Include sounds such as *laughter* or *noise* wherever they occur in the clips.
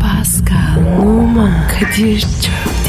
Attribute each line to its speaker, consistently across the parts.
Speaker 1: Pascal, Oman, Kadir çok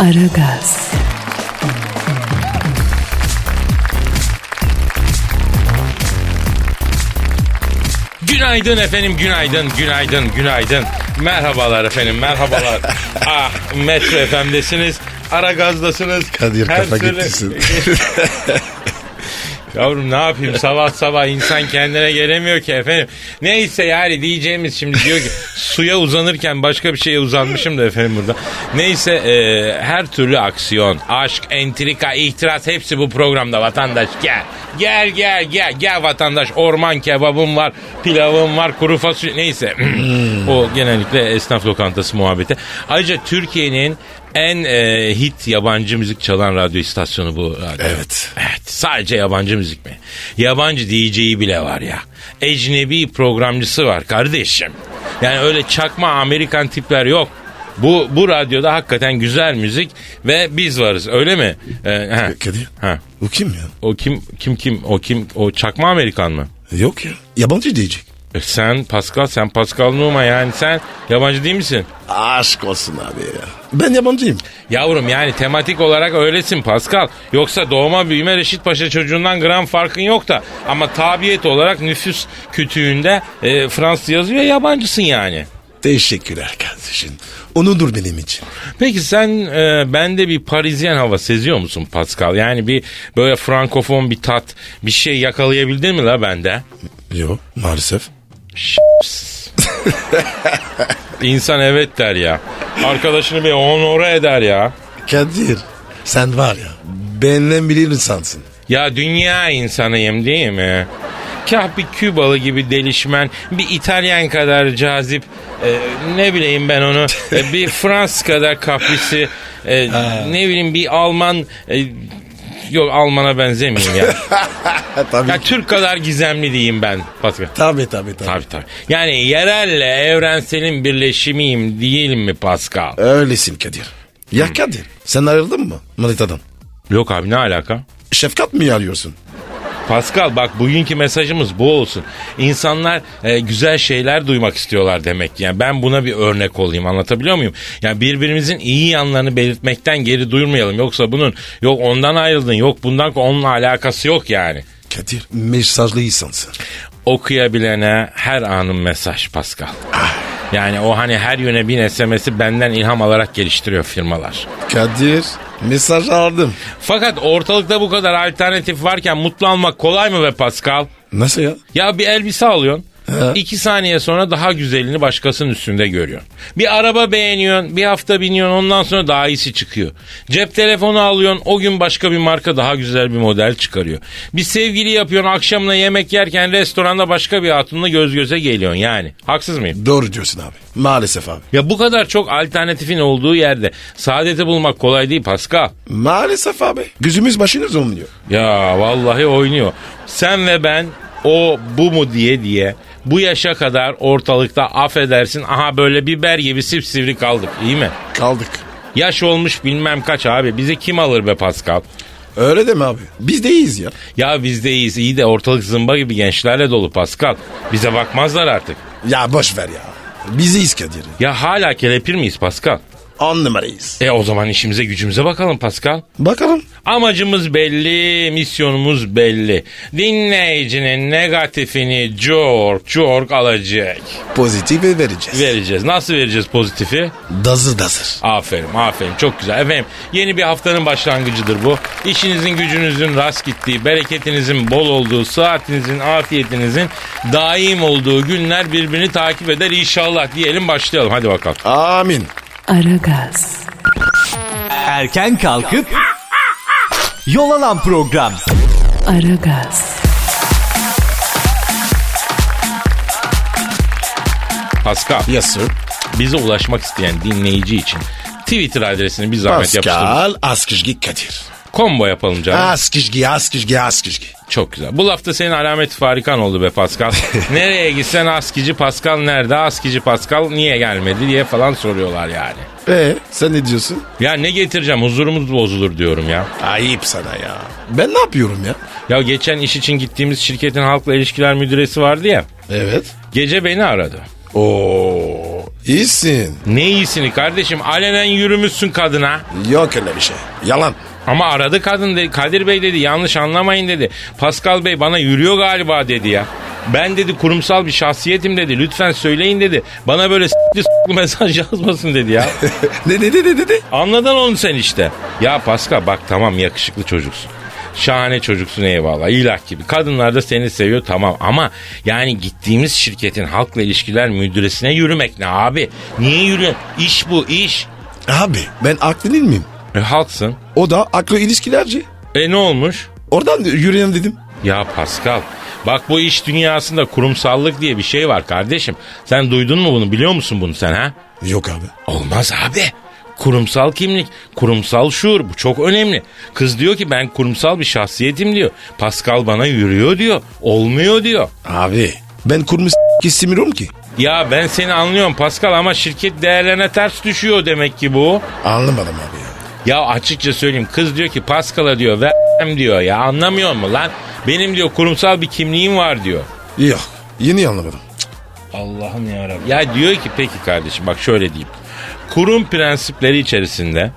Speaker 1: Aragaz,
Speaker 2: Günaydın efendim, günaydın, günaydın, günaydın. Merhabalar
Speaker 3: *laughs*
Speaker 2: efendim, merhabalar. ah, Metro FM'desiniz, Ara Gaz'dasınız.
Speaker 3: Kadir
Speaker 2: Her
Speaker 3: kafa
Speaker 2: türlü-
Speaker 3: gitmişsin.
Speaker 2: Yavrum ne yapayım sabah sabah insan kendine gelemiyor ki efendim. Neyse yani diyeceğimiz şimdi diyor ki suya uzanırken başka bir şeye uzanmışım da efendim burada. Neyse e, her türlü aksiyon, aşk, entrika, ihtiras hepsi bu programda vatandaş gel. Gel gel gel gel vatandaş orman kebabım var, pilavım var, kuru fasulye neyse. *clears throat* o genellikle esnaf lokantası muhabbeti. Ayrıca Türkiye'nin en e, hit yabancı müzik çalan radyo istasyonu bu radyo.
Speaker 3: Evet.
Speaker 2: Evet sadece yabancı müzik mi? Yabancı DJ'yi bile var ya. Ecnebi programcısı var kardeşim. Yani öyle çakma Amerikan tipler yok. Bu bu radyoda hakikaten güzel müzik ve biz varız öyle mi? Ee, he.
Speaker 3: Kadir.
Speaker 2: Ha.
Speaker 3: Bu kim ya?
Speaker 2: O kim kim kim o kim o çakma Amerikan mı?
Speaker 3: Yok ya. Yabancı diyecek.
Speaker 2: E sen Pascal sen Pascal Numa yani sen yabancı değil misin?
Speaker 3: Aşk olsun abi ya. Ben yabancıyım.
Speaker 2: Yavrum yani tematik olarak öylesin Pascal. Yoksa doğma büyüme Reşit Paşa çocuğundan gram farkın yok da. Ama tabiyet olarak nüfus kütüğünde e, Fransız yazıyor yabancısın yani.
Speaker 3: Teşekkürler kardeşim. Onurdur benim için.
Speaker 2: Peki sen e, bende bir Parisyen hava seziyor musun Pascal? Yani bir böyle frankofon bir tat bir şey yakalayabildin mi la bende?
Speaker 3: Yok maalesef.
Speaker 2: İnsan evet der ya. Arkadaşını bir onore eder ya.
Speaker 3: Kadir sen var ya. Benden bilir insansın.
Speaker 2: Ya dünya insanıyım değil mi? Kah bir Kübalı gibi delişmen, bir İtalyan kadar cazip, e, ne bileyim ben onu, e, bir Fransız kadar kaprisi, e, ne bileyim bir Alman, e, yok Alman'a benzemiyorum ya.
Speaker 3: tabii.
Speaker 2: ya Türk kadar gizemli diyeyim ben Pascal.
Speaker 3: Tabii tabii tabii.
Speaker 2: Tabii tabii. Yani yerelle evrenselin birleşimiyim değil mi Pascal?
Speaker 3: Öylesin Kadir. Ya Kadir sen ayrıldın mı manitadan?
Speaker 2: Yok abi ne alaka?
Speaker 3: Şefkat mi arıyorsun?
Speaker 2: Pascal bak bugünkü mesajımız bu olsun. İnsanlar e, güzel şeyler duymak istiyorlar demek. ki. Yani ben buna bir örnek olayım anlatabiliyor muyum? Yani birbirimizin iyi yanlarını belirtmekten geri duyurmayalım. Yoksa bunun yok ondan ayrıldın yok bundan onunla alakası yok yani.
Speaker 3: Kadir mesajlı insansın.
Speaker 2: Okuyabilene her anın mesaj Pascal. Yani o hani her yöne bin SMS'i benden ilham alarak geliştiriyor firmalar.
Speaker 3: Kadir mesaj aldım.
Speaker 2: Fakat ortalıkta bu kadar alternatif varken mutlu almak kolay mı be Pascal?
Speaker 3: Nasıl ya?
Speaker 2: Ya bir elbise alıyorsun.
Speaker 3: He.
Speaker 2: iki saniye sonra daha güzelini başkasının üstünde görüyorsun. Bir araba beğeniyorsun. Bir hafta biniyorsun. Ondan sonra daha iyisi çıkıyor. Cep telefonu alıyorsun. O gün başka bir marka daha güzel bir model çıkarıyor. Bir sevgili yapıyorsun. Akşamına yemek yerken restoranda başka bir hatunla göz göze geliyorsun yani. Haksız mıyım?
Speaker 3: Doğru diyorsun abi. Maalesef abi.
Speaker 2: Ya bu kadar çok alternatifin olduğu yerde saadeti bulmak kolay değil Pascal.
Speaker 3: Maalesef abi. Gözümüz başınız olmuyor.
Speaker 2: Ya vallahi oynuyor. Sen ve ben o bu mu diye diye bu yaşa kadar ortalıkta affedersin aha böyle biber gibi sivri kaldık iyi mi?
Speaker 3: Kaldık.
Speaker 2: Yaş olmuş bilmem kaç abi bizi kim alır be Pascal?
Speaker 3: Öyle deme abi. Biz de iyiyiz ya.
Speaker 2: Ya biz de iyiyiz iyi de ortalık zımba gibi gençlerle dolu Pascal. Bize bakmazlar artık.
Speaker 3: Ya boş ver ya. Biz iyiyiz Kadir.
Speaker 2: Ya hala kelepir miyiz Pascal?
Speaker 3: On numarayız.
Speaker 2: E o zaman işimize gücümüze bakalım Pascal.
Speaker 3: Bakalım.
Speaker 2: Amacımız belli, misyonumuz belli. Dinleyicinin negatifini cork cork alacak.
Speaker 3: Pozitifi vereceğiz.
Speaker 2: Vereceğiz. Nasıl vereceğiz pozitifi?
Speaker 3: Dazır dazır.
Speaker 2: Aferin, aferin. Çok güzel. Efendim yeni bir haftanın başlangıcıdır bu. İşinizin, gücünüzün rast gittiği, bereketinizin bol olduğu, sıhhatinizin, afiyetinizin daim olduğu günler birbirini takip eder inşallah diyelim başlayalım. Hadi bakalım.
Speaker 3: Amin.
Speaker 1: Aragaz,
Speaker 4: Erken kalkıp yol alan program.
Speaker 1: Aragaz,
Speaker 2: Pascal,
Speaker 3: Yes sir.
Speaker 2: Bize ulaşmak isteyen dinleyici için Twitter adresini bir zahmet yapıştırın.
Speaker 3: Pascal Askışgi Kadir.
Speaker 2: Combo yapalım canım.
Speaker 3: Askışgi Askışgi Askışgi.
Speaker 2: Çok güzel. Bu lafta senin alamet farikan oldu be Pascal. Nereye gitsen askici Pascal nerede? Askici Pascal niye gelmedi diye falan soruyorlar yani.
Speaker 3: Eee E, sen ne diyorsun?
Speaker 2: Ya ne getireceğim huzurumuz bozulur diyorum ya.
Speaker 3: Ayıp sana ya. Ben ne yapıyorum ya?
Speaker 2: Ya geçen iş için gittiğimiz şirketin halkla ilişkiler müdüresi vardı ya.
Speaker 3: Evet.
Speaker 2: Gece beni aradı.
Speaker 3: Oo iyisin.
Speaker 2: Ne iyisini kardeşim alenen yürümüşsün kadına.
Speaker 3: Yok öyle bir şey. Yalan.
Speaker 2: Ama aradı kadın dedi. Kadir Bey dedi yanlış anlamayın dedi. Pascal Bey bana yürüyor galiba dedi ya. Ben dedi kurumsal bir şahsiyetim dedi. Lütfen söyleyin dedi. Bana böyle s**li s**li *laughs* mesaj yazmasın dedi ya.
Speaker 3: *laughs* ne dedi ne dedi?
Speaker 2: Anladın onu sen işte. Ya Pascal bak tamam yakışıklı çocuksun. Şahane çocuksun eyvallah ilah gibi. Kadınlar da seni seviyor tamam ama yani gittiğimiz şirketin halkla ilişkiler müdüresine yürümek ne abi? Niye yürü? İş bu iş.
Speaker 3: Abi ben aklı değil miyim?
Speaker 2: E, halksın.
Speaker 3: O da aklı ilişkilerci.
Speaker 2: E ne olmuş?
Speaker 3: Oradan yürüyelim dedim.
Speaker 2: Ya Pascal bak bu iş dünyasında kurumsallık diye bir şey var kardeşim. Sen duydun mu bunu biliyor musun bunu sen ha?
Speaker 3: Yok abi.
Speaker 2: Olmaz abi. Kurumsal kimlik, kurumsal şuur bu çok önemli. Kız diyor ki ben kurumsal bir şahsiyetim diyor. Pascal bana yürüyor diyor. Olmuyor diyor.
Speaker 3: Abi ben kurmuş istemiyorum ki.
Speaker 2: Ya ben seni anlıyorum Pascal ama şirket değerlerine ters düşüyor demek ki bu.
Speaker 3: Anlamadım abi ya.
Speaker 2: Ya açıkça söyleyeyim kız diyor ki Pascal'a diyor ve diyor ya anlamıyor mu lan? Benim diyor kurumsal bir kimliğim var diyor.
Speaker 3: Yok yeni anlamadım.
Speaker 2: Allah'ım yarabbim. Ya diyor ki peki kardeşim bak şöyle diyeyim. Kurum prensipleri içerisinde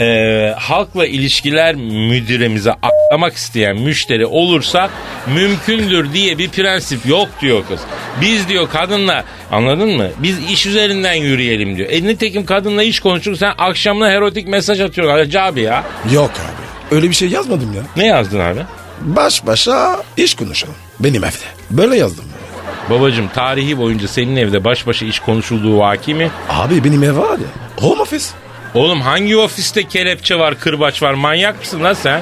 Speaker 2: eee, halkla ilişkiler müdüremize atlamak isteyen müşteri olursa mümkündür diye bir prensip yok diyor kız. Biz diyor kadınla anladın mı? Biz iş üzerinden yürüyelim diyor. E nitekim kadınla iş konuştuk sen akşamına erotik mesaj atıyorsun Hacı abi ya.
Speaker 3: Yok abi. Öyle bir şey yazmadım ya.
Speaker 2: Ne yazdın abi?
Speaker 3: Baş başa iş konuşalım. Benim evde. Böyle yazdım.
Speaker 2: Babacım tarihi boyunca senin evde baş başa iş konuşulduğu vaki mi?
Speaker 3: Abi benim ev var ya. Home office.
Speaker 2: Oğlum hangi ofiste kelepçe var, kırbaç var? Manyak mısın lan sen?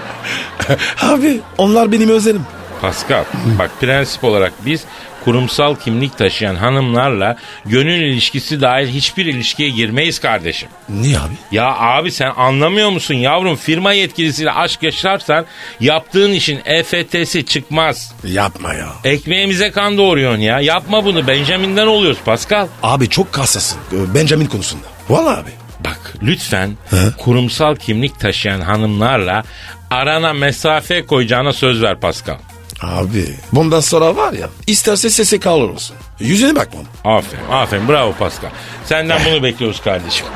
Speaker 3: Abi onlar benim özelim.
Speaker 2: Pascal, bak prensip olarak biz kurumsal kimlik taşıyan hanımlarla gönül ilişkisi dahil hiçbir ilişkiye girmeyiz kardeşim.
Speaker 3: Niye abi?
Speaker 2: Ya abi sen anlamıyor musun yavrum? Firma yetkilisiyle aşk yaşarsan yaptığın işin EFT'si çıkmaz.
Speaker 3: Yapma ya.
Speaker 2: Ekmeğimize kan doğuruyorsun ya. Yapma bunu. Benjamin'den oluyoruz Pascal.
Speaker 3: Abi çok kasasın. Benjamin konusunda. Vallahi abi.
Speaker 2: Bak lütfen
Speaker 3: Hı?
Speaker 2: kurumsal kimlik taşıyan hanımlarla arana mesafe koyacağına söz ver Pascal.
Speaker 3: Abi bundan sonra var ya isterse sese kalır olsun. Yüzüne bakmam.
Speaker 2: Aferin, aferin. Bravo Pascal. Senden bunu bekliyoruz kardeşim.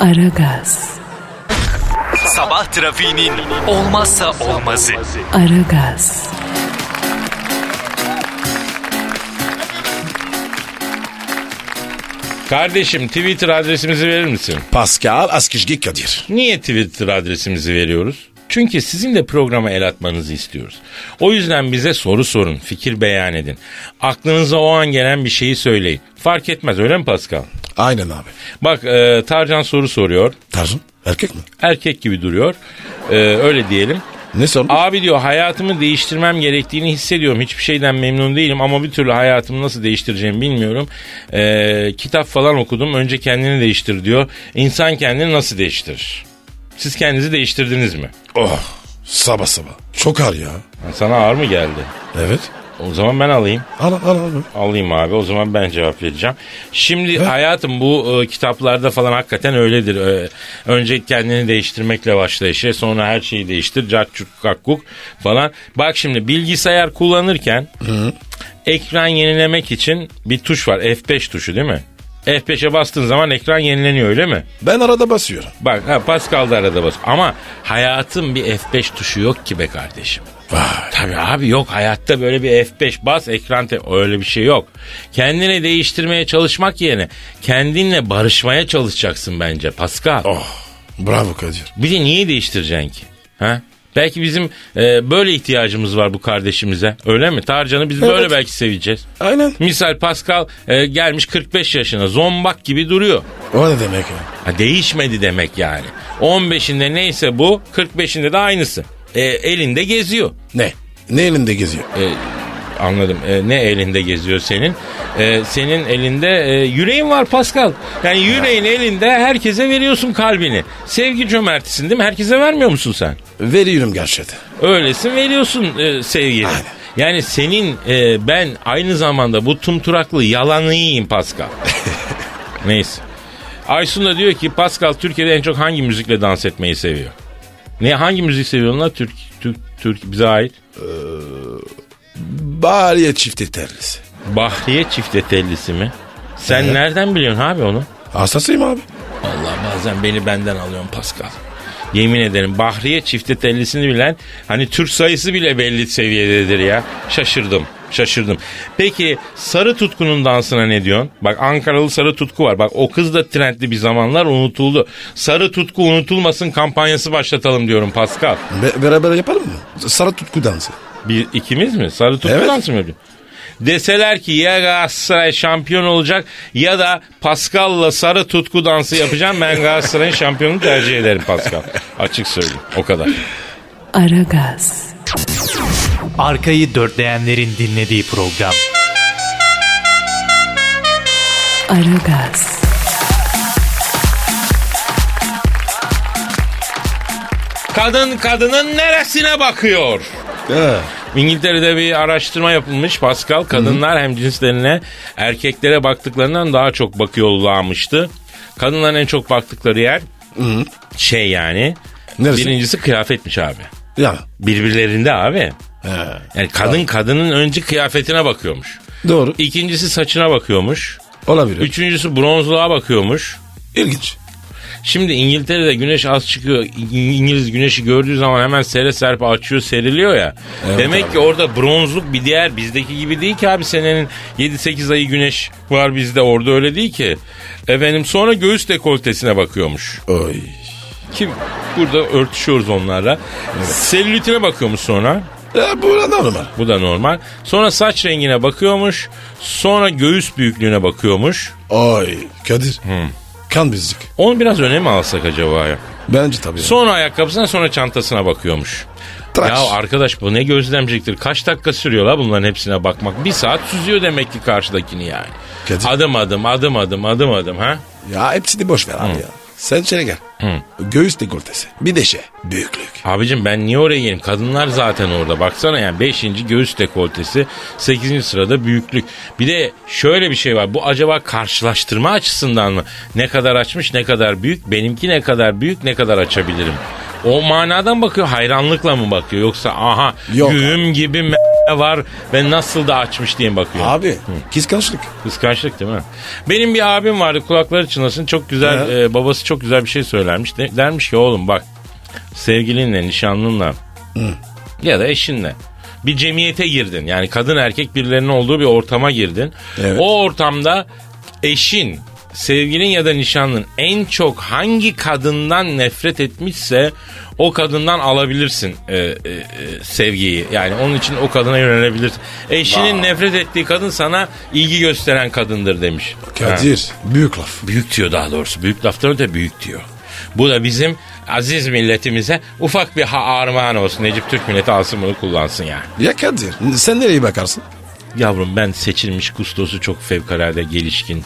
Speaker 1: Aragaz,
Speaker 4: Sabah trafiğinin olmazsa olmazı.
Speaker 1: Aragaz,
Speaker 2: Kardeşim Twitter adresimizi verir misin?
Speaker 3: Pascal Askizgi Kadir.
Speaker 2: Niye Twitter adresimizi veriyoruz? Çünkü sizin de programa el atmanızı istiyoruz. O yüzden bize soru sorun, fikir beyan edin. Aklınıza o an gelen bir şeyi söyleyin. Fark etmez öyle mi Pascal?
Speaker 3: Aynen abi.
Speaker 2: Bak e, Tarcan soru soruyor.
Speaker 3: Tarzın erkek mi?
Speaker 2: Erkek gibi duruyor. E, öyle diyelim.
Speaker 3: Ne sorun?
Speaker 2: Abi diyor hayatımı değiştirmem gerektiğini hissediyorum. Hiçbir şeyden memnun değilim ama bir türlü hayatımı nasıl değiştireceğimi bilmiyorum. Ee, kitap falan okudum. Önce kendini değiştir diyor. İnsan kendini nasıl değiştirir? Siz kendinizi değiştirdiniz mi?
Speaker 3: oh sabah sabah. Çok ağır ya.
Speaker 2: Ha, Sana ağır mı geldi?
Speaker 3: Evet.
Speaker 2: O zaman ben alayım.
Speaker 3: Al al al.
Speaker 2: Alayım abi o zaman ben cevap vereceğim. Şimdi hayatım bu e, kitaplarda falan hakikaten öyledir. E, önce kendini değiştirmekle başla işe sonra her şeyi değiştir. Cat çut kakkuk falan. Bak şimdi bilgisayar kullanırken ekran yenilemek için bir tuş var F5 tuşu değil mi? F5'e bastığın zaman ekran yenileniyor öyle mi?
Speaker 3: Ben arada basıyorum.
Speaker 2: Bak ha, Pascal da arada bas. Ama hayatın bir F5 tuşu yok ki be kardeşim.
Speaker 3: Vay.
Speaker 2: Tabii abi yok hayatta böyle bir F5 bas ekran te- öyle bir şey yok. Kendini değiştirmeye çalışmak yerine kendinle barışmaya çalışacaksın bence Pascal.
Speaker 3: Oh bravo Kadir.
Speaker 2: Bir de niye değiştireceksin ki? Ha? Belki bizim e, böyle ihtiyacımız var bu kardeşimize. Öyle mi? Tarcan'ı biz böyle
Speaker 3: Evet.
Speaker 2: belki seveceğiz.
Speaker 3: Aynen.
Speaker 2: Misal Pascal e, gelmiş 45 yaşına zombak gibi duruyor.
Speaker 3: O ne demek ya?
Speaker 2: Ha, değişmedi demek yani. 15'inde neyse bu 45'inde de aynısı. E, elinde geziyor.
Speaker 3: Ne? Ne elinde geziyor?
Speaker 2: E, anladım. E, ne elinde geziyor senin? E, senin elinde e, yüreğin var Pascal. Yani yüreğin elinde herkese veriyorsun kalbini. Sevgi cömertisin değil mi? Herkese vermiyor musun sen?
Speaker 3: Veriyorum gerçekten.
Speaker 2: Öylesin veriyorsun e, sevgini. Yani senin e, ben aynı zamanda bu tumturaklı yalanı yiyeyim Pascal. Neyse. Aysun da diyor ki Pascal Türkiye'de en çok hangi müzikle dans etmeyi seviyor? Ne hangi müzik seviyorsun lan Türk, Türk, Türk bize ait?
Speaker 3: Bariye çift yeterlisi.
Speaker 2: Bahriye çift etellisi mi? Sen nereden biliyorsun abi onu?
Speaker 3: Hastasıyım abi.
Speaker 2: Allah bazen beni benden alıyorsun Pascal. Yemin ederim Bahriye çifte tellisini bilen hani Türk sayısı bile belli seviyededir ya. Şaşırdım. Şaşırdım. Peki Sarı Tutku'nun dansına ne diyorsun? Bak Ankaralı Sarı Tutku var. Bak o kız da trendli bir zamanlar unutuldu. Sarı Tutku unutulmasın kampanyası başlatalım diyorum Pascal.
Speaker 3: Be- beraber yapalım mı? Sarı tutku dansı.
Speaker 2: Bir, ikimiz mi? Sarı Tutku
Speaker 3: Evet.
Speaker 2: dansı mı yapıyor? Deseler ki ya Galatasaray şampiyon olacak ya da Pascal'la sarı tutku dansı yapacağım. Ben Galatasaray'ın şampiyonunu tercih ederim Pascal. Açık söyleyeyim. O kadar.
Speaker 1: Aragaz,
Speaker 4: Arkayı dörtleyenlerin dinlediği program.
Speaker 1: Aragaz,
Speaker 2: Kadın kadının neresine bakıyor?
Speaker 3: He.
Speaker 2: İngiltere'de bir araştırma yapılmış Pascal. Kadınlar hem cinslerine erkeklere baktıklarından daha çok bakıyorlarmıştı. Kadınların en çok baktıkları yer şey yani.
Speaker 3: Neresi?
Speaker 2: Birincisi kıyafetmiş abi.
Speaker 3: Ya.
Speaker 2: Birbirlerinde abi.
Speaker 3: He.
Speaker 2: Yani kadın kadının önce kıyafetine bakıyormuş.
Speaker 3: Doğru.
Speaker 2: İkincisi saçına bakıyormuş.
Speaker 3: Olabilir.
Speaker 2: Üçüncüsü bronzluğa bakıyormuş.
Speaker 3: İlginç.
Speaker 2: Şimdi İngiltere'de güneş az çıkıyor. İ- İngiliz güneşi gördüğü zaman hemen sere serpe açıyor seriliyor ya. Demek ki orada bronzluk bir diğer bizdeki gibi değil ki abi senenin 7-8 ayı güneş var bizde orada öyle değil ki. Efendim sonra göğüs dekoltesine bakıyormuş.
Speaker 3: Oy.
Speaker 2: Ki burada örtüşüyoruz onlarla. Selülitine bakıyormuş sonra.
Speaker 3: Ya bu da normal.
Speaker 2: Bu da normal. Sonra saç rengine bakıyormuş. Sonra göğüs büyüklüğüne bakıyormuş.
Speaker 3: Oy. Kadir. Kan bizlik.
Speaker 2: Onu biraz öne mi alsak acaba ya?
Speaker 3: Bence tabii.
Speaker 2: Sonra ayakkabısına sonra çantasına bakıyormuş.
Speaker 3: Tıraş.
Speaker 2: Ya arkadaş bu ne gözlemciliktir. Kaç dakika sürüyor la bunların hepsine bakmak. Bir saat süzüyor demek ki karşıdakini yani.
Speaker 3: Kadir.
Speaker 2: Adım adım adım adım adım adım ha.
Speaker 3: Ya hepsini boş ver abi ya. Sen içeri gel. Göğüs dekoltesi. Bir de şey. Büyüklük.
Speaker 2: Abicim ben niye oraya geleyim? Kadınlar zaten orada. Baksana yani 5. göğüs dekoltesi, 8. sırada büyüklük. Bir de şöyle bir şey var. Bu acaba karşılaştırma açısından mı? Ne kadar açmış, ne kadar büyük? Benimki ne kadar büyük, ne kadar açabilirim? O manadan bakıyor, hayranlıkla mı bakıyor? Yoksa aha
Speaker 3: Yok
Speaker 2: güğüm gibi m- var ve nasıl da açmış diye mi bakıyor?
Speaker 3: Abi. Kıskançlık.
Speaker 2: Kıskançlık değil mi? Benim bir abim vardı kulakları çınlasın çok güzel
Speaker 3: He.
Speaker 2: e, babası çok güzel bir şey söylermiş. De- dermiş ki oğlum bak sevgilinle nişanlınla ya da eşinle bir cemiyete girdin. Yani kadın erkek birilerinin olduğu bir ortama girdin.
Speaker 3: Evet.
Speaker 2: O ortamda eşin sevgilin ya da nişanlın en çok hangi kadından nefret etmişse o kadından alabilirsin e, e, e, sevgiyi. Yani onun için o kadına yönelebilirsin. Eşinin nefret ettiği kadın sana ilgi gösteren kadındır demiş. Ha.
Speaker 3: Kadir. Büyük laf.
Speaker 2: Büyük diyor daha doğrusu. Büyük laftan öte büyük diyor. Bu da bizim aziz milletimize ufak bir ha armağan olsun. Necip Türk milleti alsın bunu kullansın yani.
Speaker 3: Ya Kadir. Sen nereye bakarsın?
Speaker 2: Yavrum ben seçilmiş Gustos'u çok fevkalade gelişkin,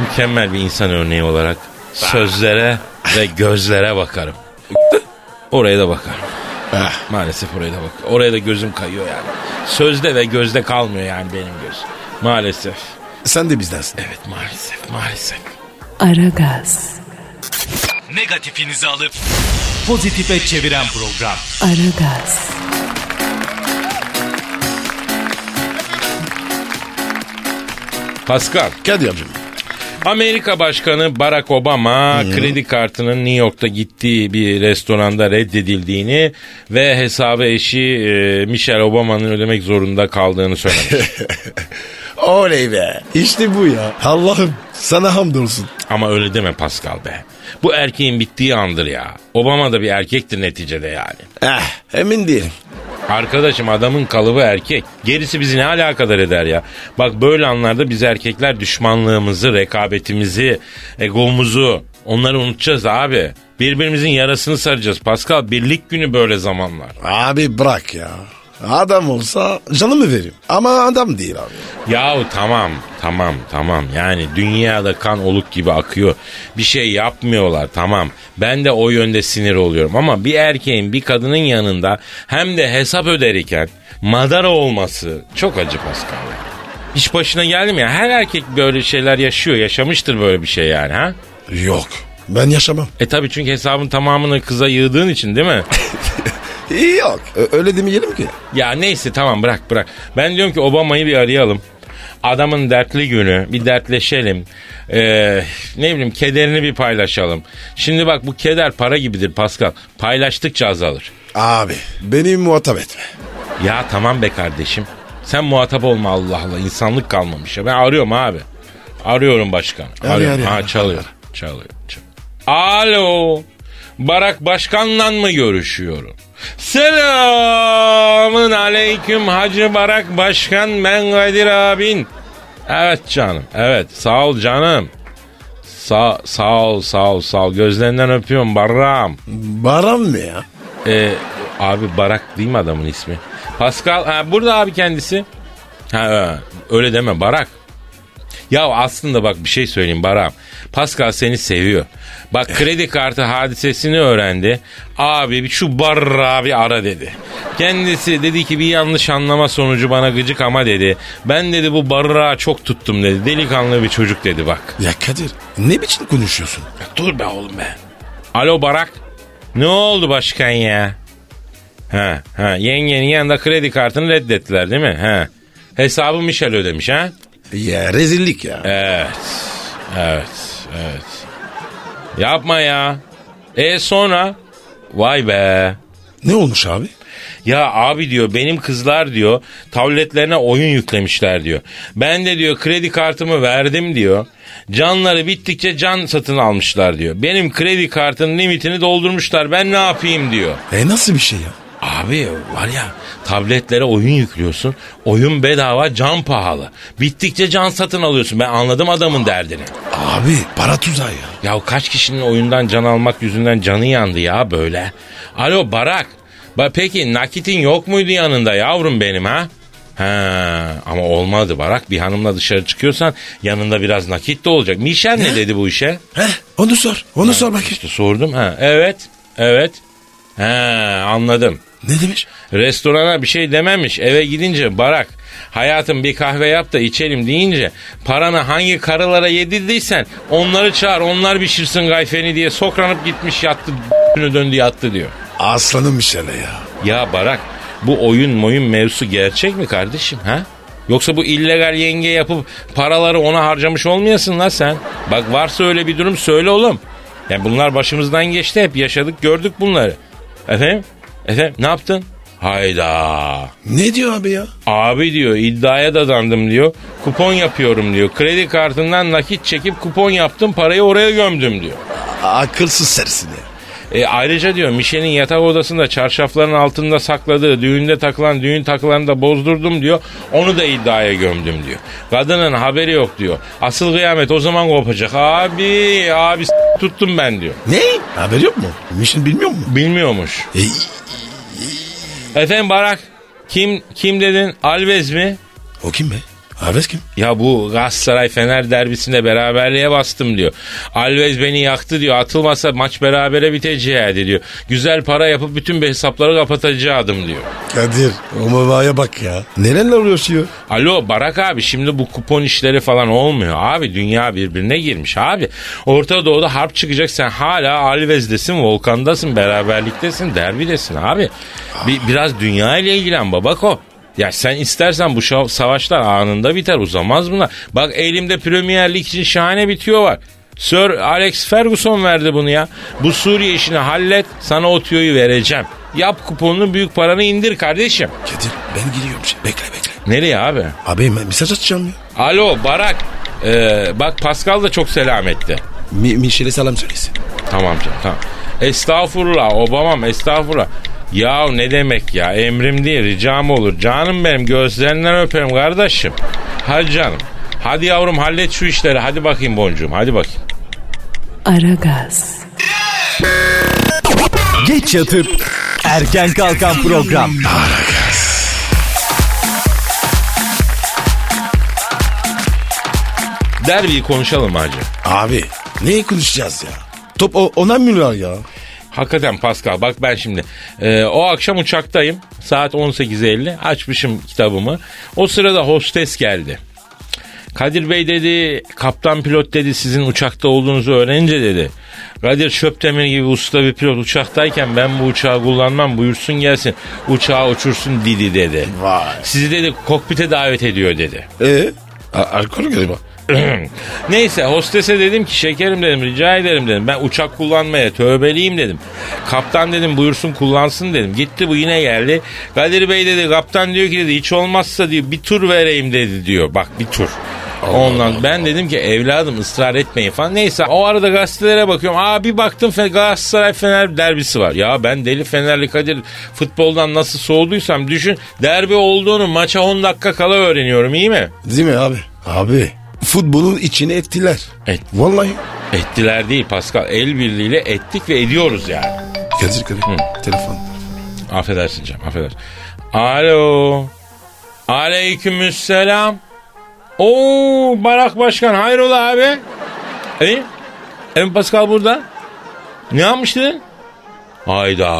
Speaker 2: mükemmel bir insan örneği olarak sözlere ve gözlere bakarım. Oraya da bakarım.
Speaker 3: Ah.
Speaker 2: Maalesef oraya da bak. Oraya da gözüm kayıyor yani. Sözde ve gözde kalmıyor yani benim göz. Maalesef.
Speaker 3: Sen de bizdensin.
Speaker 2: Evet maalesef maalesef.
Speaker 1: Aragaz,
Speaker 4: Negatifinizi alıp pozitife çeviren program.
Speaker 1: Aragaz,
Speaker 2: Pascal.
Speaker 3: Kadir
Speaker 2: *laughs*
Speaker 3: abicim.
Speaker 2: Amerika Başkanı Barack Obama kredi kartının New York'ta gittiği bir restoranda reddedildiğini ve hesabı eşi e, Michelle Obama'nın ödemek zorunda kaldığını söylemiş.
Speaker 3: Oley be. İşte bu ya. Allah'ım sana hamdolsun.
Speaker 2: Ama öyle deme Pascal be. Bu erkeğin bittiği andır ya. Obama da bir erkektir neticede yani.
Speaker 3: Eh emin değilim.
Speaker 2: Arkadaşım adamın kalıbı erkek. Gerisi bizi ne alakadar eder ya? Bak böyle anlarda biz erkekler düşmanlığımızı, rekabetimizi, egomuzu onları unutacağız abi. Birbirimizin yarasını saracağız. Pascal birlik günü böyle zamanlar.
Speaker 3: Abi bırak ya. Adam olsa canımı veririm. Ama adam değil abi.
Speaker 2: Yahu tamam tamam tamam yani dünyada kan oluk gibi akıyor. Bir şey yapmıyorlar tamam. Ben de o yönde sinir oluyorum ama bir erkeğin bir kadının yanında hem de hesap öderirken madara olması çok acı Pascal. ya. Hiç başına geldi mi ya? Her erkek böyle şeyler yaşıyor. Yaşamıştır böyle bir şey yani ha?
Speaker 3: Yok. Ben yaşamam.
Speaker 2: E tabi çünkü hesabın tamamını kıza yığdığın için değil mi?
Speaker 3: Yok. Ö- Öyle demeyelim ki.
Speaker 2: Ya neyse tamam bırak bırak. Ben diyorum ki Obama'yı bir arayalım. Adamın dertli günü bir dertleşelim. Ee, ne bileyim kederini bir paylaşalım. Şimdi bak bu keder para gibidir Pascal. Paylaştıkça azalır.
Speaker 3: Abi beni muhatap etme.
Speaker 2: Ya tamam be kardeşim. Sen muhatap olma Allah Allah. İnsanlık kalmamış ya. Ben arıyorum abi. Arıyorum başkan.
Speaker 3: Arıyor,
Speaker 2: Arıyorum.
Speaker 3: arıyor.
Speaker 2: Ha çalıyor. Çalıyor. çalıyor. Alo. Barak Başkan'la mı görüşüyorum? Selamın aleyküm Hacı Barak Başkan ben Kadir abin. Evet canım evet sağ ol canım. Sağ, sağ ol sağ ol sağ ol gözlerinden öpüyorum Barak'ım.
Speaker 3: Baran mı ya?
Speaker 2: Ee, abi Barak değil mi adamın ismi? Pascal ha, burada abi kendisi. Ha, ha, öyle deme Barak. Ya aslında bak bir şey söyleyeyim Barak'ım. Pascal seni seviyor. Bak kredi kartı hadisesini öğrendi. Abi bir şu Barra bir ara dedi. Kendisi dedi ki bir yanlış anlama sonucu bana gıcık ama dedi. Ben dedi bu Barra çok tuttum dedi. Delikanlı bir çocuk dedi bak.
Speaker 3: Ya Kadir ne biçim konuşuyorsun?
Speaker 2: Dur be oğlum be. Alo Barak. Ne oldu başkan ya? Ha, ha yengenin yanında kredi kartını reddettiler değil mi? Ha. Hesabı Michel ödemiş ha?
Speaker 3: Ya rezillik ya.
Speaker 2: Evet. Evet. Evet. Yapma ya. E sonra? Vay be.
Speaker 3: Ne olmuş abi?
Speaker 2: Ya abi diyor benim kızlar diyor tabletlerine oyun yüklemişler diyor. Ben de diyor kredi kartımı verdim diyor. Canları bittikçe can satın almışlar diyor. Benim kredi kartının limitini doldurmuşlar ben ne yapayım diyor.
Speaker 3: E nasıl bir şey ya?
Speaker 2: Abi var ya tabletlere oyun yüklüyorsun. Oyun bedava can pahalı. Bittikçe can satın alıyorsun. Ben anladım adamın derdini.
Speaker 3: Abi para tuzağı ya.
Speaker 2: Ya kaç kişinin oyundan can almak yüzünden canı yandı ya böyle. Alo Barak. Ba peki nakitin yok muydu yanında yavrum benim ha? Ha ama olmadı Barak. Bir hanımla dışarı çıkıyorsan yanında biraz nakit de olacak. Mişel ne dedi bu işe?
Speaker 3: Heh, onu sor. Onu sor bakayım.
Speaker 2: İşte sordum. Ha evet. Evet. Ha anladım.
Speaker 3: Ne demiş?
Speaker 2: Restorana bir şey dememiş. Eve gidince Barak hayatım bir kahve yap da içelim deyince paranı hangi karılara yedirdiysen onları çağır onlar pişirsin gayfeni diye sokranıp gitmiş yattı d***nü döndü yattı diyor.
Speaker 3: Aslanım bir şeyle ya.
Speaker 2: Ya Barak bu oyun moyun mevzusu gerçek mi kardeşim ha? Yoksa bu illegal yenge yapıp paraları ona harcamış olmayasın la sen. Bak varsa öyle bir durum söyle oğlum. Yani bunlar başımızdan geçti hep yaşadık gördük bunları. Efendim? Efendim ne yaptın? Hayda.
Speaker 3: Ne diyor abi ya?
Speaker 2: Abi diyor iddiaya dadandım diyor. Kupon yapıyorum diyor. Kredi kartından nakit çekip kupon yaptım parayı oraya gömdüm diyor.
Speaker 3: Akılsız sersin ya.
Speaker 2: E, ayrıca diyor Mişe'nin yatak odasında çarşafların altında sakladığı düğünde takılan düğün takılarını da bozdurdum diyor. Onu da iddiaya gömdüm diyor. Kadının haberi yok diyor. Asıl kıyamet o zaman kopacak. Abi abi s- tuttum ben diyor.
Speaker 3: Ne? Haber yok mu? Mission bilmiyor mu?
Speaker 2: Bilmiyormuş.
Speaker 3: E,
Speaker 2: Efendim Barak kim kim dedin Alves mi?
Speaker 3: o kim be? Haber kim?
Speaker 2: Ya bu Galatasaray Fener derbisinde beraberliğe bastım diyor. Alves beni yaktı diyor. Atılmasa maç berabere biteceğiydi diyor. Güzel para yapıp bütün bir hesapları kapatacaktım diyor.
Speaker 3: Kadir o babaya bak ya. Nelerle uğraşıyor?
Speaker 2: Alo Barak abi şimdi bu kupon işleri falan olmuyor abi. Dünya birbirine girmiş abi. Orta Doğu'da harp çıkacak sen hala Alves'desin, Volkan'dasın, beraberliktesin, derbidesin abi. Bir, biraz dünya ile ilgilen babako. Ya sen istersen bu şa- savaşlar anında biter uzamaz bunlar. Bak elimde Premier Lig için şahane bitiyor var. Sir Alex Ferguson verdi bunu ya. Bu Suriye işini hallet sana o tüyoyu vereceğim. Yap kuponunu büyük paranı indir kardeşim.
Speaker 3: Kadir ben gidiyorum şimdi. Bekle bekle.
Speaker 2: Nereye abi?
Speaker 3: Abi ben mesaj atacağım ya.
Speaker 2: Alo Barak. Ee, bak Pascal da çok selam etti.
Speaker 3: Mi Mişel'e selam söylesin.
Speaker 2: Tamam canım tamam. Estağfurullah Obamam estağfurullah. Ya ne demek ya emrim değil ricam olur. Canım benim gözlerinden öperim kardeşim. Hadi canım. Hadi yavrum hallet şu işleri. Hadi bakayım boncuğum hadi bakayım.
Speaker 1: Aragaz,
Speaker 4: Geç yatıp erken kalkan program.
Speaker 2: Derbiyi konuşalım hacı.
Speaker 3: Abi neyi konuşacağız ya? Top o, ona mı var ya?
Speaker 2: Hakikaten Pascal bak ben şimdi e, o akşam uçaktayım saat 18.50 açmışım kitabımı o sırada hostes geldi. Kadir Bey dedi kaptan pilot dedi sizin uçakta olduğunuzu öğrenince dedi. Kadir Şöptemir gibi usta bir pilot uçaktayken ben bu uçağı kullanmam buyursun gelsin uçağı uçursun Didi dedi.
Speaker 3: Vay.
Speaker 2: Sizi dedi kokpite davet ediyor dedi.
Speaker 3: Ee? A- alkol galiba.
Speaker 2: Neyse hostese dedim ki şekerim dedim rica ederim dedim. Ben uçak kullanmaya tövbeliyim dedim. Kaptan dedim buyursun kullansın dedim. Gitti bu yine geldi. Kadir Bey dedi kaptan diyor ki dedi hiç olmazsa diyor bir tur vereyim dedi diyor. Bak bir tur. Ondan ben dedim ki evladım ısrar etmeyin falan. Neyse o arada gazetelere bakıyorum. Aa bir baktım Fe- Galatasaray Fener derbisi var. Ya ben deli Fenerli Kadir futboldan nasıl soğuduysam düşün. Derbi olduğunu maça 10 dakika kala öğreniyorum iyi mi?
Speaker 3: Değil mi abi? Abi futbolun içine ettiler.
Speaker 2: Et.
Speaker 3: Vallahi.
Speaker 2: Ettiler değil Pascal. El birliğiyle ettik ve ediyoruz yani.
Speaker 3: Kadir Kadir. Telefon.
Speaker 2: Affedersin canım affedersin. Alo. Aleykümselam. Oo Barak Başkan hayrola abi? E? Evet Pascal burada. Ne yapmıştı? Hayda.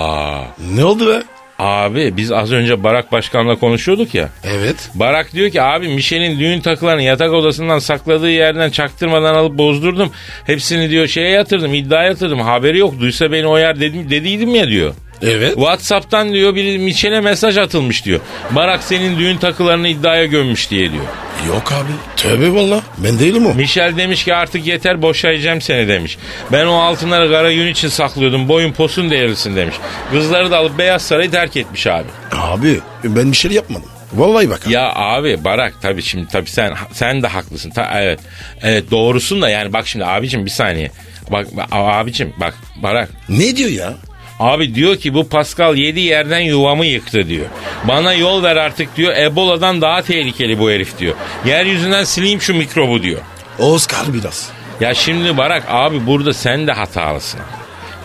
Speaker 3: Ne oldu be?
Speaker 2: Abi biz az önce Barak Başkan'la konuşuyorduk ya.
Speaker 3: Evet.
Speaker 2: Barak diyor ki abi Michel'in düğün takılarını yatak odasından sakladığı yerden çaktırmadan alıp bozdurdum. Hepsini diyor şeye yatırdım iddiaya yatırdım haberi yok duysa beni oyar dedim, dediydim ya diyor.
Speaker 3: Evet.
Speaker 2: Whatsapp'tan diyor biri Michel'e mesaj atılmış diyor. Barak senin düğün takılarını iddiaya gömmüş diye diyor.
Speaker 3: Yok abi. Tövbe valla. Ben değilim o.
Speaker 2: Michel demiş ki artık yeter boşayacağım seni demiş. Ben o altınları kara gün için saklıyordum boyun posun değerlisin demiş. Kızları da alıp Beyaz Saray'ı terk etmiş abi.
Speaker 3: Abi ben bir şey yapmadım. Vallahi bak. abi.
Speaker 2: Ya abi Barak tabii şimdi tabii sen sen de haklısın. Ta, evet. Evet doğrusun da yani bak şimdi abicim bir saniye. Bak a- abicim bak Barak.
Speaker 3: Ne diyor ya?
Speaker 2: Abi diyor ki bu Pascal yedi yerden yuvamı yıktı diyor. Bana yol ver artık diyor. Ebola'dan daha tehlikeli bu herif diyor. Yeryüzünden sileyim şu mikrobu diyor.
Speaker 3: Oscar biraz.
Speaker 2: Ya şimdi Barak abi burada sen de hatalısın.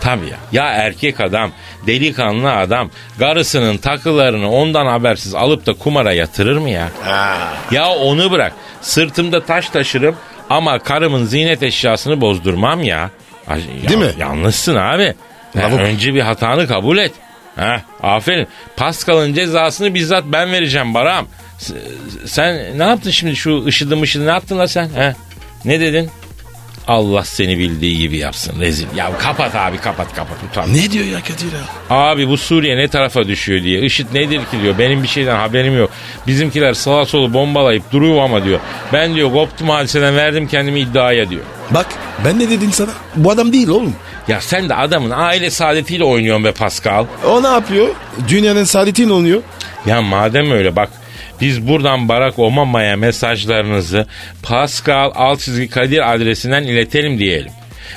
Speaker 2: Tabii ya. Ya erkek adam, delikanlı adam karısının takılarını ondan habersiz alıp da kumara yatırır mı ya? Ya onu bırak. Sırtımda taş taşırım ama karımın ziynet eşyasını bozdurmam ya. Ay, ya-
Speaker 3: Değil mi?
Speaker 2: Yanlışsın abi. Ya
Speaker 3: Lavuk.
Speaker 2: önce bir hatanı kabul et. Heh, aferin. Pascal'ın cezasını bizzat ben vereceğim Baram. S- sen ne yaptın şimdi şu ışıdı mışıdı ne yaptın la sen? He? Ne dedin? Allah seni bildiği gibi yapsın rezil. Ya kapat abi kapat kapat utan.
Speaker 3: Ne diyor ya Kadir ya?
Speaker 2: Abi bu Suriye ne tarafa düşüyor diye. IŞİD nedir ki diyor. Benim bir şeyden haberim yok. Bizimkiler sağa solu bombalayıp duruyor ama diyor. Ben diyor koptum hadiseden verdim kendimi iddiaya diyor.
Speaker 3: Bak ben ne dedim sana? Bu adam değil oğlum.
Speaker 2: Ya sen de adamın aile saadetiyle oynuyorsun be Pascal.
Speaker 3: O ne yapıyor? Dünyanın saadetini oluyor.
Speaker 2: Ya madem öyle bak biz buradan Barack Obama'ya mesajlarınızı Pascal alt çizgi Kadir adresinden iletelim diyelim.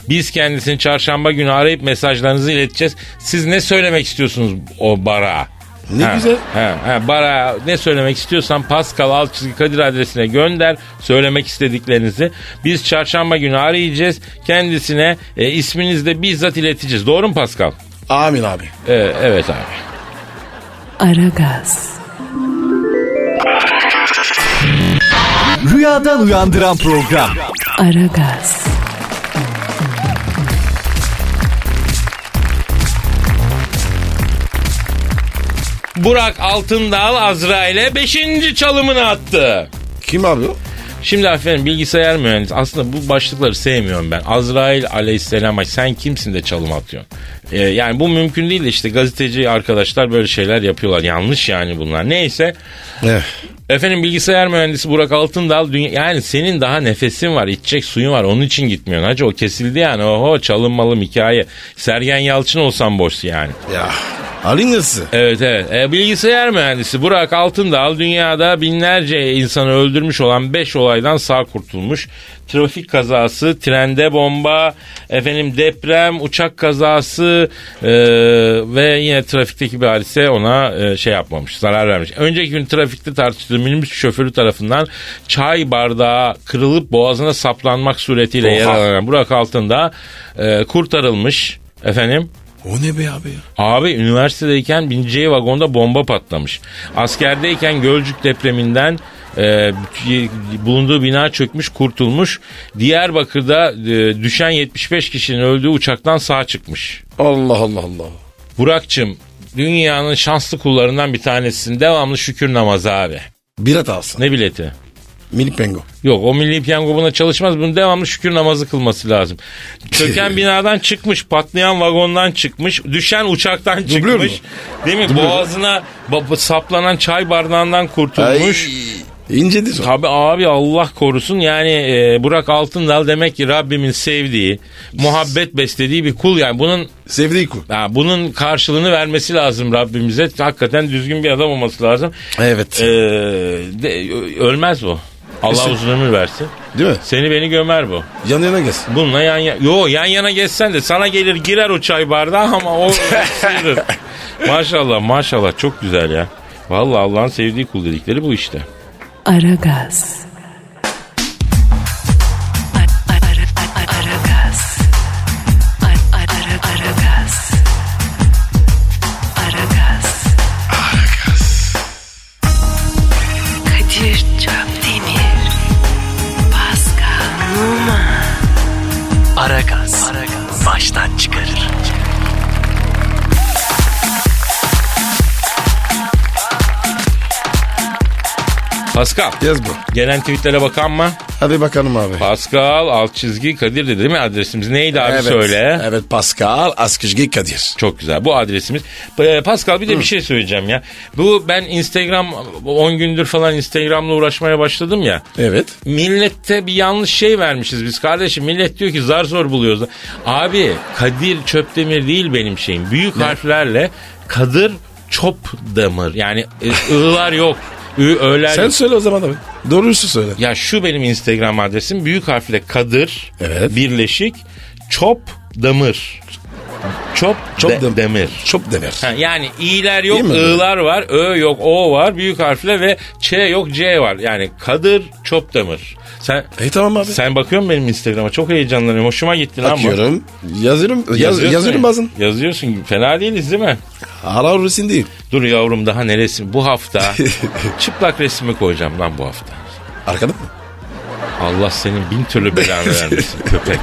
Speaker 2: Biz kendisini çarşamba günü arayıp mesajlarınızı ileteceğiz. Siz ne söylemek istiyorsunuz o Barak'a?
Speaker 3: Ne
Speaker 2: Ha,
Speaker 3: güzel.
Speaker 2: Ha, ha, Barak'a ne söylemek istiyorsan Pascal alt çizgi Kadir adresine gönder söylemek istediklerinizi. Biz çarşamba günü arayacağız. Kendisine e, isminizi de bizzat ileteceğiz. Doğru mu Pascal?
Speaker 3: Amin abi.
Speaker 2: E, evet abi.
Speaker 1: Aragaz,
Speaker 4: Rüyadan uyandıran program.
Speaker 1: Aragaz,
Speaker 2: Burak Altındal Azrail'e 5. çalımını attı.
Speaker 3: Kim abi o?
Speaker 2: Şimdi efendim bilgisayar mühendisi aslında bu başlıkları sevmiyorum ben. Azrail aleyhisselam sen kimsin de çalım atıyorsun. Ee, yani bu mümkün değil de işte gazeteci arkadaşlar böyle şeyler yapıyorlar. Yanlış yani bunlar. Neyse
Speaker 3: Eh,
Speaker 2: Efendim bilgisayar mühendisi Burak Altındal dünya, yani senin daha nefesin var içecek suyun var onun için gitmiyorsun hacı o kesildi yani oho çalınmalı hikaye Sergen Yalçın olsan boş yani.
Speaker 3: Ya. Halin nasıl?
Speaker 2: Evet evet. E, bilgisayar mühendisi Burak Altındal dünyada binlerce insanı öldürmüş olan 5 olaydan sağ kurtulmuş. Trafik kazası, trende bomba, efendim deprem, uçak kazası e, ve yine trafikteki bir hadise ona e, şey yapmamış, zarar vermiş. Önceki gün trafikte tartıştığı minibüs şoförü tarafından çay bardağı kırılıp boğazına saplanmak suretiyle yaralanan Burak Altındağ e, kurtarılmış. Efendim
Speaker 3: O ne be abi ya?
Speaker 2: Abi üniversitedeyken bineceği vagonda bomba patlamış. Askerdeyken Gölcük depreminden e, bulunduğu bina çökmüş kurtulmuş. Diyarbakır'da e, düşen 75 kişinin öldüğü uçaktan sağ çıkmış.
Speaker 3: Allah Allah Allah.
Speaker 2: Burak'cığım dünyanın şanslı kullarından bir tanesin. Devamlı şükür namazı abi.
Speaker 3: Bilet alsın.
Speaker 2: Ne bileti?
Speaker 3: Mini pengo.
Speaker 2: Yok o milli piyango buna çalışmaz. Bunun devamlı şükür namazı kılması lazım.
Speaker 3: *laughs*
Speaker 2: Çöken binadan çıkmış, patlayan vagondan çıkmış, düşen uçaktan
Speaker 3: Dublör
Speaker 2: çıkmış. Değil mi? Boğazına ba- ba- saplanan çay bardağından kurtulmuş.
Speaker 3: Ay. İncedir o.
Speaker 2: Tabi abi Allah korusun yani e, Burak Altındal demek ki Rabbimin sevdiği, muhabbet beslediği bir kul yani. Bunun
Speaker 3: Sevdiği kul.
Speaker 2: ya bunun karşılığını vermesi lazım Rabbimize. Hakikaten düzgün bir adam olması lazım.
Speaker 3: Evet.
Speaker 2: Ee, de- ö- ölmez bu. Allah
Speaker 3: Kesin.
Speaker 2: uzun ömür versin.
Speaker 3: Değil mi?
Speaker 2: Seni beni gömer bu.
Speaker 3: Yan yana gelsin.
Speaker 2: Bununla yan yana... Yo yan yana geçsen de sana gelir girer o çay bardağı ama o sıyırır. maşallah maşallah çok güzel ya. Vallahi Allah'ın sevdiği kul dedikleri bu işte.
Speaker 1: Aragaz. Aragaz. Aragaz. Aragaz. Kadir Çöptemir. Pascal Numa.
Speaker 4: Aragaz. Baştan çıkarır.
Speaker 2: Pascal.
Speaker 3: Yaz bu.
Speaker 2: Gelen tweetlere bakan mı?
Speaker 3: Hadi bakalım abi.
Speaker 2: Pascal alt çizgi Kadir dedi değil mi adresimiz? Neydi abi
Speaker 3: evet.
Speaker 2: söyle.
Speaker 3: Evet Pascal Askışgi Kadir.
Speaker 2: Çok güzel. Bu adresimiz. Ee, Pascal bir de bir şey söyleyeceğim ya. Bu ben Instagram 10 gündür falan Instagram'la uğraşmaya başladım ya.
Speaker 3: Evet.
Speaker 2: Millette bir yanlış şey vermişiz biz kardeşim. Millet diyor ki zar zor buluyoruz. Abi Kadir Çöpdemir değil benim şeyim. Büyük harflerle Kadir Çöpdemir. Yani e, ı'lar yok. Ü, ö'ler
Speaker 3: Sen
Speaker 2: yok.
Speaker 3: söyle o zaman abi. Doğrusu söyle.
Speaker 2: Ya şu benim Instagram adresim büyük harfle Kadir
Speaker 3: Evet.
Speaker 2: birleşik Çop Damır. Çop,
Speaker 3: Çop
Speaker 2: de-
Speaker 3: Damır.
Speaker 2: Demir.
Speaker 3: Çok demir.
Speaker 2: Ha, yani i'ler yok,
Speaker 3: Değil mi?
Speaker 2: i'lar var, ö yok, o var, büyük harfle ve ç yok, c var. Yani Kadir Çop Damır. Sen
Speaker 3: E tamam abi.
Speaker 2: sen bakıyor musun benim Instagram'a? Çok heyecanlanıyorum. Hoşuma gitti lan bu.
Speaker 3: Bakıyorum. Yazıyorum. Yaz,
Speaker 2: Yazıyorsun
Speaker 3: yazıyorum
Speaker 2: ya.
Speaker 3: bazen.
Speaker 2: Yazıyorsun. Fena değiliz değil mi?
Speaker 3: Ara Rusin değil.
Speaker 2: Dur yavrum daha ne resim? Bu
Speaker 3: *laughs*
Speaker 2: hafta çıplak resmi koyacağım lan bu hafta.
Speaker 3: Arkada mı?
Speaker 2: Allah senin bin türlü belanı
Speaker 3: *laughs*
Speaker 2: vermesin köpek.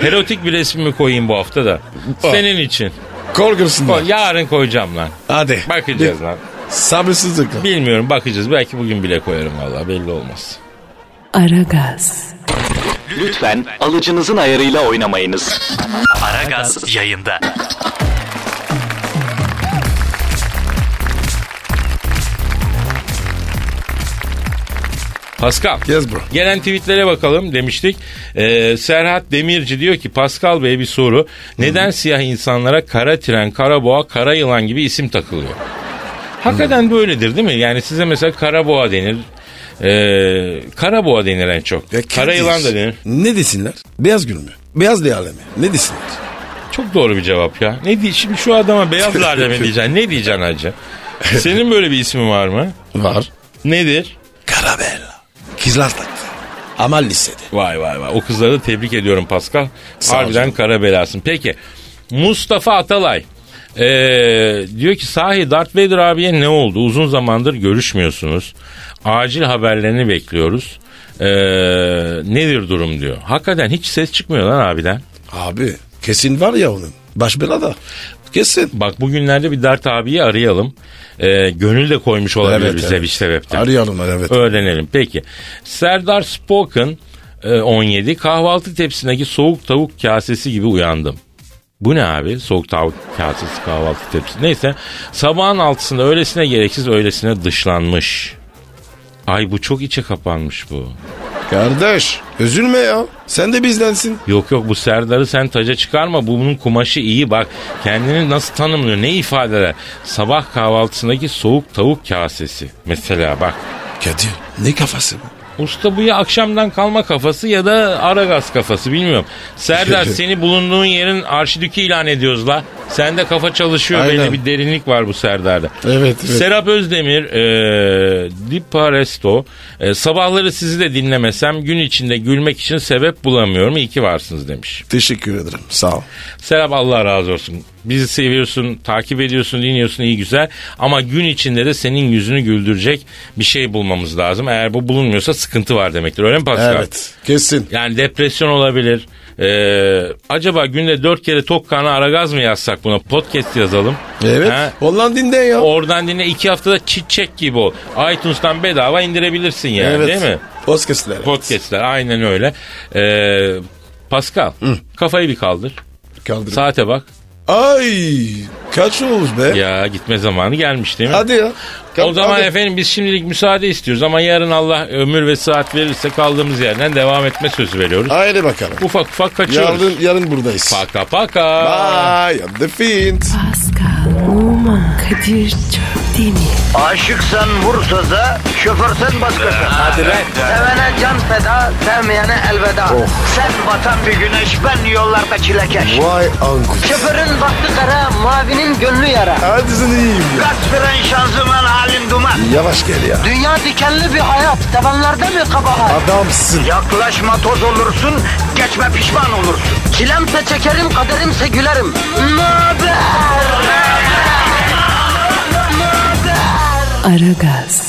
Speaker 2: Erotik bir resmimi koyayım bu hafta da.
Speaker 3: Oh.
Speaker 2: Senin için. Oh,
Speaker 3: Kol görsünler.
Speaker 2: Yarın koyacağım lan.
Speaker 3: Hadi.
Speaker 2: Bakacağız lan.
Speaker 3: Sabırsızlıkla.
Speaker 2: Bilmiyorum bakacağız. Belki bugün bile koyarım valla belli olmaz.
Speaker 1: Aragaz.
Speaker 5: Lütfen alıcınızın ayarıyla oynamayınız.
Speaker 4: Aragaz yayında.
Speaker 2: Pascal.
Speaker 3: Yaz bro.
Speaker 2: Gelen tweetlere bakalım demiştik. Ee, Serhat Demirci diyor ki Pascal Bey bir soru. Neden siyah insanlara kara tren, kara boğa, kara yılan gibi isim takılıyor? Hakikaten böyledir değil mi? Yani size mesela kara boğa denir. Ee, kara boğa denir en çok.
Speaker 3: Ya
Speaker 2: kara
Speaker 3: kim
Speaker 2: yılan da
Speaker 3: diyorsun?
Speaker 2: denir.
Speaker 3: Ne desinler? Beyaz gül mü? Beyaz lale mi? Ne desinler?
Speaker 2: Çok doğru bir cevap ya. Ne diye şimdi şu adama beyaz lale mi diyeceksin? Ne diyeceksin hacı? Senin böyle bir ismin var mı?
Speaker 3: Var.
Speaker 2: Nedir?
Speaker 3: Karabella. Kızlar taktı. Amal lisede.
Speaker 2: Vay vay vay. O kızları da tebrik ediyorum Pascal.
Speaker 3: Sağ ol
Speaker 2: Harbiden
Speaker 3: canım.
Speaker 2: kara belasın. Peki Mustafa Atalay ee, diyor ki sahi Darth Vader abiye ne oldu? Uzun zamandır görüşmüyorsunuz. Acil haberlerini bekliyoruz. Ee, nedir durum diyor. Hakikaten hiç ses çıkmıyor lan abiden.
Speaker 3: Abi kesin var ya onun. Baş belada. Kesin.
Speaker 2: Bak bugünlerde bir Dart abiyi arayalım. Ee, gönül de koymuş olabilir
Speaker 3: Evet,
Speaker 2: bize
Speaker 3: evet.
Speaker 2: bir sebepten.
Speaker 3: Arayalım evet.
Speaker 2: Öğrenelim. Peki. Serdar Spoken e, 17 kahvaltı tepsindeki soğuk tavuk kasesi gibi uyandım. Bu ne abi? Soğuk tavuk kasesi kahvaltı tepsisi. Neyse sabahın altısında öylesine gereksiz öylesine dışlanmış. Ay bu çok içe kapanmış bu.
Speaker 3: Kardeş üzülme ya. Sen de bizdensin.
Speaker 2: Yok yok bu Serdar'ı sen taca çıkarma. Bu Bunun kumaşı iyi bak. Kendini nasıl tanımlıyor? Ne ifadeler? Sabah kahvaltısındaki soğuk tavuk kasesi. Mesela bak.
Speaker 3: Kadir ne kafası bu?
Speaker 2: Usta bu ya akşamdan kalma kafası ya da ara gaz kafası bilmiyorum.
Speaker 3: *laughs*
Speaker 2: Serdar seni bulunduğun yerin arşidükü ilan ediyoruz la. Sende kafa çalışıyor
Speaker 3: Aynen.
Speaker 2: belli bir derinlik var bu Serdar'da.
Speaker 3: Evet, evet.
Speaker 2: Serap Özdemir, e, Diparesto, e, sabahları sizi de dinlemesem gün içinde gülmek için sebep bulamıyorum. İyi ki varsınız demiş.
Speaker 3: Teşekkür ederim sağ ol.
Speaker 2: Serap Allah razı olsun. Bizi seviyorsun, takip ediyorsun, dinliyorsun iyi güzel. Ama gün içinde de senin yüzünü güldürecek bir şey bulmamız lazım. Eğer bu bulunmuyorsa sıkıntı var demektir. Öyle mi Pascal?
Speaker 3: Evet. Kesin.
Speaker 2: Yani depresyon olabilir. Ee, acaba günde dört kere tok kana aragaz mı yazsak buna? Podcast yazalım.
Speaker 3: Evet.
Speaker 2: Ha?
Speaker 3: Ondan dinle ya.
Speaker 2: Oradan dinle iki haftada çiçek gibi ol. iTunes'tan bedava indirebilirsin yani
Speaker 3: evet.
Speaker 2: değil mi?
Speaker 3: Podcast'ler.
Speaker 2: Podcast'ler aynen öyle. Ee, Pascal kafayı bir kaldır.
Speaker 3: Kaldırın.
Speaker 2: Saate bak.
Speaker 3: Ay kaç olmuş be?
Speaker 2: Ya gitme zamanı gelmiş değil mi?
Speaker 3: Hadi ya.
Speaker 2: o zaman
Speaker 3: Hadi.
Speaker 2: efendim biz şimdilik müsaade istiyoruz ama yarın Allah ömür ve saat verirse kaldığımız yerden devam etme sözü veriyoruz.
Speaker 3: Haydi bakalım.
Speaker 2: Ufak ufak kaçıyoruz.
Speaker 3: Yarın, yarın buradayız.
Speaker 2: Paka paka.
Speaker 3: Bye. I'm the fiend.
Speaker 1: Pascal, Oman, Kadir çok değil mi?
Speaker 6: Aşıksan vursa da, şoförsen başkasın. Hadi Sevene can feda, sevmeyene elveda. Sen batan bir güneş, ben yollarda çilekeş.
Speaker 3: Vay anku.
Speaker 6: Şoförün baktı kara, mavinin gönlü yara.
Speaker 3: Hadi sen iyiyim ya.
Speaker 6: Kasperen şanzıman halin duman.
Speaker 3: Yavaş gel ya.
Speaker 6: Dünya dikenli bir hayat, sevenlerde mi kabahar?
Speaker 3: Adamsın.
Speaker 6: Yaklaşma toz olursun, geçme pişman olursun. Çilemse çekerim, kaderimse gülerim. Möber!
Speaker 1: Aragaz.